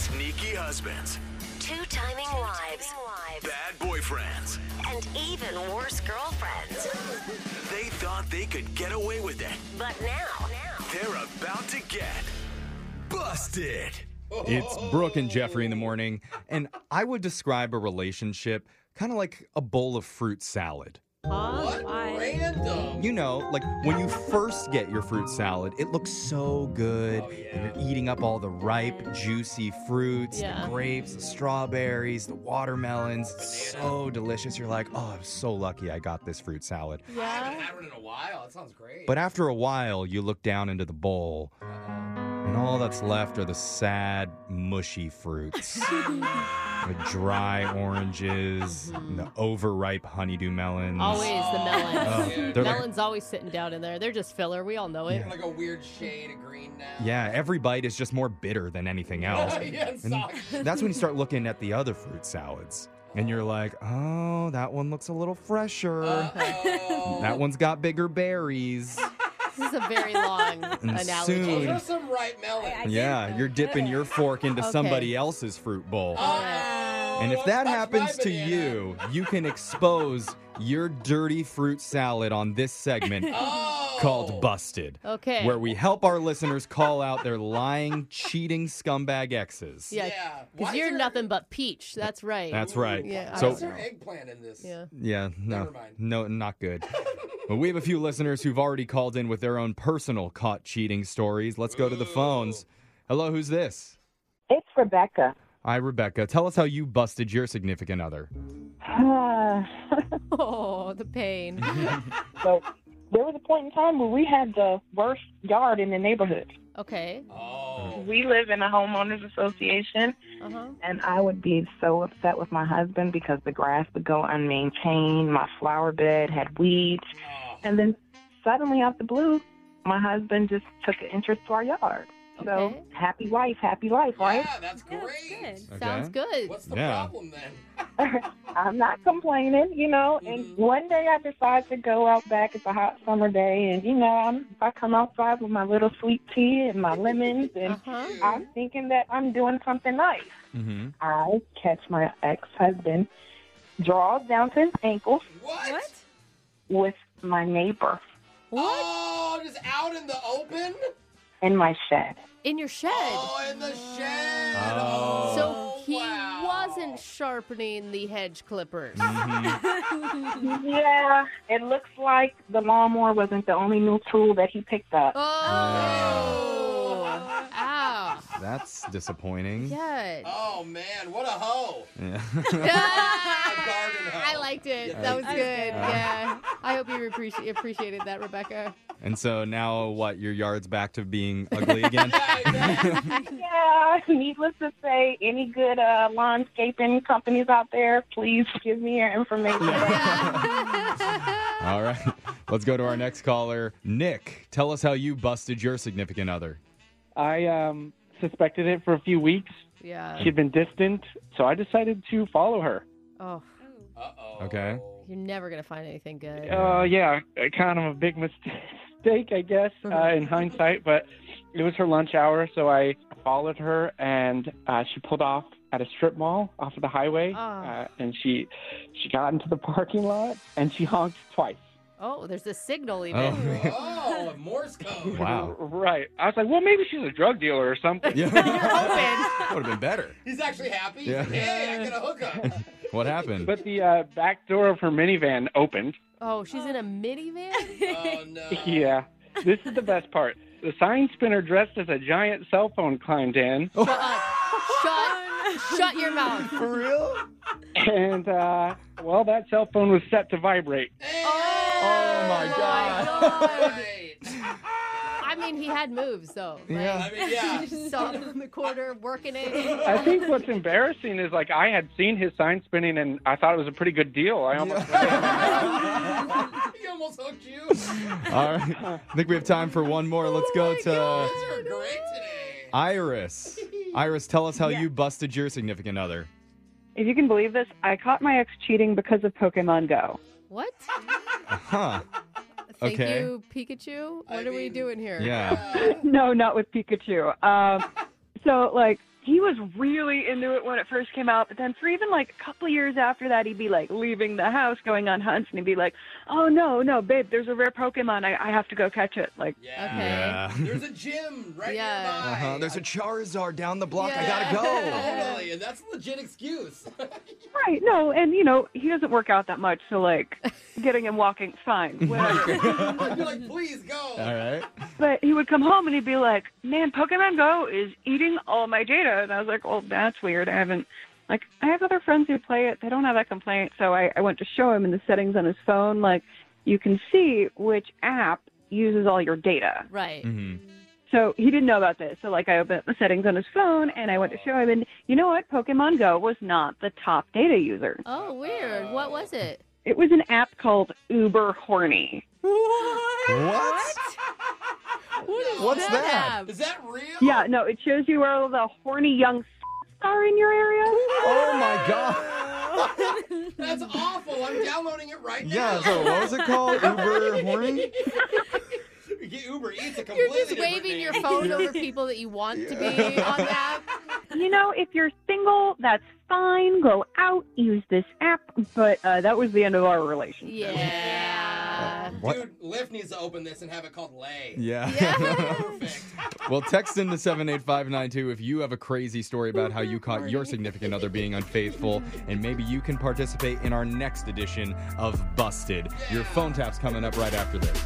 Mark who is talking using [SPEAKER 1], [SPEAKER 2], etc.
[SPEAKER 1] sneaky husbands,
[SPEAKER 2] Two timing wives.
[SPEAKER 1] bad boyfriends.
[SPEAKER 2] And even worse girlfriends.
[SPEAKER 1] They thought they could get away with it.
[SPEAKER 2] But now,
[SPEAKER 1] They're about to get busted.
[SPEAKER 3] It's Brooke and Jeffrey in the morning, and I would describe a relationship kind of like a bowl of fruit salad.
[SPEAKER 4] What? Random.
[SPEAKER 3] You know, like when you first get your fruit salad, it looks so good,
[SPEAKER 4] Oh,
[SPEAKER 3] and you're eating up all the ripe, juicy fruits,
[SPEAKER 4] Yeah.
[SPEAKER 3] the grapes, the strawberries, the watermelons. It's so delicious. You're like, oh, I'm so lucky I got this fruit salad.
[SPEAKER 4] Yeah.
[SPEAKER 5] I haven't had one in a while. That sounds great.
[SPEAKER 3] But after a while, you look down into the bowl, and all that's left are the sad, mushy fruits the dry oranges, and the overripe honeydew melons.
[SPEAKER 4] Always the melons.
[SPEAKER 3] Oh,
[SPEAKER 5] Dude.
[SPEAKER 3] they're like,
[SPEAKER 4] melons always sitting down in there. They're just filler. We all know it.
[SPEAKER 5] like a weird shade of green now.
[SPEAKER 3] yeah, every bite is just more bitter than anything else.
[SPEAKER 5] yeah, it
[SPEAKER 3] And
[SPEAKER 5] sucks.
[SPEAKER 3] that's when you start looking at the other fruit salads, and you're like, oh, that one looks a little fresher.
[SPEAKER 5] Uh-huh. Uh-oh.
[SPEAKER 3] that one's got bigger berries.
[SPEAKER 4] This is a very long
[SPEAKER 3] And
[SPEAKER 4] analogy.
[SPEAKER 3] soon-
[SPEAKER 5] Those are some ripe melon.
[SPEAKER 3] yeah, you're dipping your fork into
[SPEAKER 4] Okay.
[SPEAKER 3] somebody else's fruit bowl.
[SPEAKER 5] Oh, Uh-oh.
[SPEAKER 3] And if
[SPEAKER 5] Don't
[SPEAKER 3] that
[SPEAKER 5] touch my
[SPEAKER 3] happens to
[SPEAKER 5] banana.
[SPEAKER 3] you, you can expose your dirty fruit salad on this segment
[SPEAKER 5] Oh.
[SPEAKER 3] called Busted,
[SPEAKER 4] Okay.
[SPEAKER 3] where we help our listeners call out their lying, cheating scumbag exes.
[SPEAKER 4] Yeah.
[SPEAKER 5] Yeah. Why
[SPEAKER 4] Because
[SPEAKER 5] is
[SPEAKER 4] you're
[SPEAKER 5] there-
[SPEAKER 4] nothing but peach. That's right.
[SPEAKER 3] That's right.
[SPEAKER 4] Yeah,
[SPEAKER 5] Why
[SPEAKER 3] so,
[SPEAKER 5] is there eggplant in this?
[SPEAKER 4] yeah.
[SPEAKER 3] yeah,
[SPEAKER 5] Never
[SPEAKER 3] no,
[SPEAKER 5] mind.
[SPEAKER 3] no, not good. But we have a few listeners who've already called in with their own personal caught cheating stories. Let's go to the phones. Hello, who's this?
[SPEAKER 6] It's Rebecca.
[SPEAKER 3] Hi, Rebecca. Tell us how you busted your significant other.
[SPEAKER 6] Uh,
[SPEAKER 4] Oh, the pain.
[SPEAKER 6] so there was a point in time where we had the worst yard in the neighborhood.
[SPEAKER 4] Okay.
[SPEAKER 5] Oh.
[SPEAKER 6] We live in a homeowners association,
[SPEAKER 4] Uh huh.
[SPEAKER 6] and I would be so upset with my husband because the grass would go unmaintained. My flower bed had weeds,
[SPEAKER 3] Mm.
[SPEAKER 5] Oh.
[SPEAKER 6] and then suddenly, out the blue, my husband just took an interest to our yard. So
[SPEAKER 4] Okay.
[SPEAKER 6] happy wife, happy life, right?
[SPEAKER 5] Yeah, that's great.
[SPEAKER 4] Sounds good.
[SPEAKER 5] What's the
[SPEAKER 3] Yeah.
[SPEAKER 5] problem then?
[SPEAKER 6] I'm not complaining, you know.
[SPEAKER 5] Mhm.
[SPEAKER 6] And one day I decide to go out back. It's a hot summer day, and you know, I'm, I come outside with my little sweet tea and my lemons,
[SPEAKER 4] Uh
[SPEAKER 6] and
[SPEAKER 4] huh.
[SPEAKER 6] I'm thinking that I'm doing something nice.
[SPEAKER 3] Mm-hmm.
[SPEAKER 6] I catch my ex-husband draws down to his ankles
[SPEAKER 5] What?
[SPEAKER 4] What?
[SPEAKER 6] with my neighbor
[SPEAKER 4] What?
[SPEAKER 5] Oh, just out in the open?
[SPEAKER 6] in my shed.
[SPEAKER 4] In your shed.
[SPEAKER 5] Oh, in the shed.
[SPEAKER 3] Oh.
[SPEAKER 4] So
[SPEAKER 5] Oh,
[SPEAKER 4] he
[SPEAKER 5] wow.
[SPEAKER 4] wasn't sharpening the hedge clippers.
[SPEAKER 3] Mm.
[SPEAKER 6] Yeah, it looks like the lawnmower wasn't the only new tool that he picked up.
[SPEAKER 4] Oh. Ow.
[SPEAKER 3] That's disappointing.
[SPEAKER 4] Yeah.
[SPEAKER 5] Oh man, what a hoe!
[SPEAKER 3] Yeah.
[SPEAKER 5] A garden hoe.
[SPEAKER 4] I liked it.
[SPEAKER 3] Yeah.
[SPEAKER 4] That was
[SPEAKER 3] That
[SPEAKER 4] good.
[SPEAKER 3] was good.
[SPEAKER 4] Yeah. I hope you appreci- appreciated that, Rebecca.
[SPEAKER 3] And so now what? Your yard's back to being ugly again?
[SPEAKER 5] Yeah, yeah.
[SPEAKER 6] Yeah, needless to say, any good uh, landscaping companies out there, please give me your information.
[SPEAKER 4] Yeah.
[SPEAKER 3] All right. Let's go to our next caller. Nick, tell us how you busted your significant other.
[SPEAKER 7] I um, suspected it for a few weeks.
[SPEAKER 4] yeah.
[SPEAKER 7] She'd been distant, so I decided to follow her.
[SPEAKER 4] Oh,
[SPEAKER 5] Uh-oh.
[SPEAKER 3] Okay.
[SPEAKER 4] you're never going to find anything good.
[SPEAKER 7] Uh, yeah, uh, kind of a big mistake, I guess, uh, in hindsight, but it was her lunch hour, so I followed her, and uh, she pulled off at a strip mall off of the highway,
[SPEAKER 4] Ah.
[SPEAKER 7] uh, and she she got into the parking lot, and she honked twice.
[SPEAKER 4] Oh, there's a signal even.
[SPEAKER 3] Oh, man.
[SPEAKER 5] Oh, Morse code.
[SPEAKER 3] Wow.
[SPEAKER 7] Right. I was like, well, maybe she's a drug dealer or something.
[SPEAKER 3] Yeah.
[SPEAKER 4] hoping.
[SPEAKER 3] Would have been better.
[SPEAKER 5] He's actually happy. He's
[SPEAKER 3] Yeah.
[SPEAKER 5] like, hey, I got a hookup.
[SPEAKER 3] What happened?
[SPEAKER 7] But the uh, back door of her minivan opened.
[SPEAKER 4] Oh, she's in a minivan?
[SPEAKER 5] oh no.
[SPEAKER 7] Yeah. This is the best part. The sign spinner dressed as a giant cell phone climbed in,
[SPEAKER 4] Shut up. Shut, shut your mouth.
[SPEAKER 3] For real?
[SPEAKER 7] and uh, well, that cell phone was set to vibrate.
[SPEAKER 5] Hey,
[SPEAKER 3] Oh, my God.
[SPEAKER 5] right.
[SPEAKER 4] I mean, he had moves, though. Like,
[SPEAKER 3] Yeah.
[SPEAKER 5] I mean, yeah.
[SPEAKER 4] Saw him in the corner working it.
[SPEAKER 7] I think what's embarrassing is like I had seen his sign spinning, and I thought it was a pretty good deal. I almost
[SPEAKER 5] He almost hooked you.
[SPEAKER 3] All right. I think we have time for one more. Let's go to
[SPEAKER 5] These are great today.
[SPEAKER 3] Iris. Iris, tell us how you busted your significant other.
[SPEAKER 8] If you can believe this, I caught my ex cheating because of Pokemon Go.
[SPEAKER 4] What?
[SPEAKER 3] Huh.
[SPEAKER 4] Thank
[SPEAKER 3] Okay.
[SPEAKER 4] you, Pikachu. What
[SPEAKER 5] I
[SPEAKER 4] are we
[SPEAKER 5] mean,
[SPEAKER 4] doing here?
[SPEAKER 3] Yeah.
[SPEAKER 8] No, not with Pikachu. Um, so, like,
[SPEAKER 6] he was really into it when it first came out, but then for even like a couple of years after that, he'd be like leaving the house, going on hunts, and he'd be like, "Oh no, no, babe, there's a rare Pokemon. I, I have to go catch it." Like,
[SPEAKER 5] Yeah.
[SPEAKER 4] Okay.
[SPEAKER 3] Yeah.
[SPEAKER 5] There's a gym right
[SPEAKER 4] Yeah.
[SPEAKER 5] nearby.
[SPEAKER 9] Uh-huh. There's a Charizard down the block. I gotta
[SPEAKER 4] Yeah.
[SPEAKER 5] Totally, and that's a legit excuse.
[SPEAKER 6] right? No, and you know he doesn't work out that much, so like getting him walking, fine, whatever.
[SPEAKER 5] I'd be like, please go.
[SPEAKER 9] go. All right.
[SPEAKER 6] But he would come home and he'd be like, "Man, Pokemon Go is eating all my data." And I was like, "Well, that's weird. I haven't like I have other friends who play it. They don't have that complaint." So I, I went to show him in the settings on his phone, like you can see which app uses all your data.
[SPEAKER 4] Right.
[SPEAKER 3] hmm
[SPEAKER 6] So he didn't know about this. So like I opened up the settings on his phone and I went to show him, and you know what? Pokemon Go was not the top data user.
[SPEAKER 4] Oh, weird. What was it?
[SPEAKER 6] It was an app called Uber Horny.
[SPEAKER 9] What?
[SPEAKER 4] What is
[SPEAKER 9] What's that?
[SPEAKER 4] app?
[SPEAKER 5] Is that real?
[SPEAKER 6] Yeah, no, it shows you where all the horny young are in your area.
[SPEAKER 9] Oh my god.
[SPEAKER 5] That's awful. I'm downloading it right
[SPEAKER 9] Yeah,
[SPEAKER 5] now.
[SPEAKER 9] so what was it called? Uber horny?
[SPEAKER 5] Uber Eats a completely
[SPEAKER 4] You're just
[SPEAKER 5] different
[SPEAKER 4] waving
[SPEAKER 5] name.
[SPEAKER 4] your phone over people that you want to be on the app.
[SPEAKER 6] You know, if you're single, that's fine. Go out, use this app. But uh, that was the end of our relationship.
[SPEAKER 4] Yeah.
[SPEAKER 3] What?
[SPEAKER 5] Dude, Lyft needs to open this and have it called Lay.
[SPEAKER 9] Yeah.
[SPEAKER 5] Perfect.
[SPEAKER 3] well, text into 78592 if you have a crazy story about how you caught your significant other being unfaithful, and maybe you can participate in our next edition of Busted. Your phone tap's coming up right after this.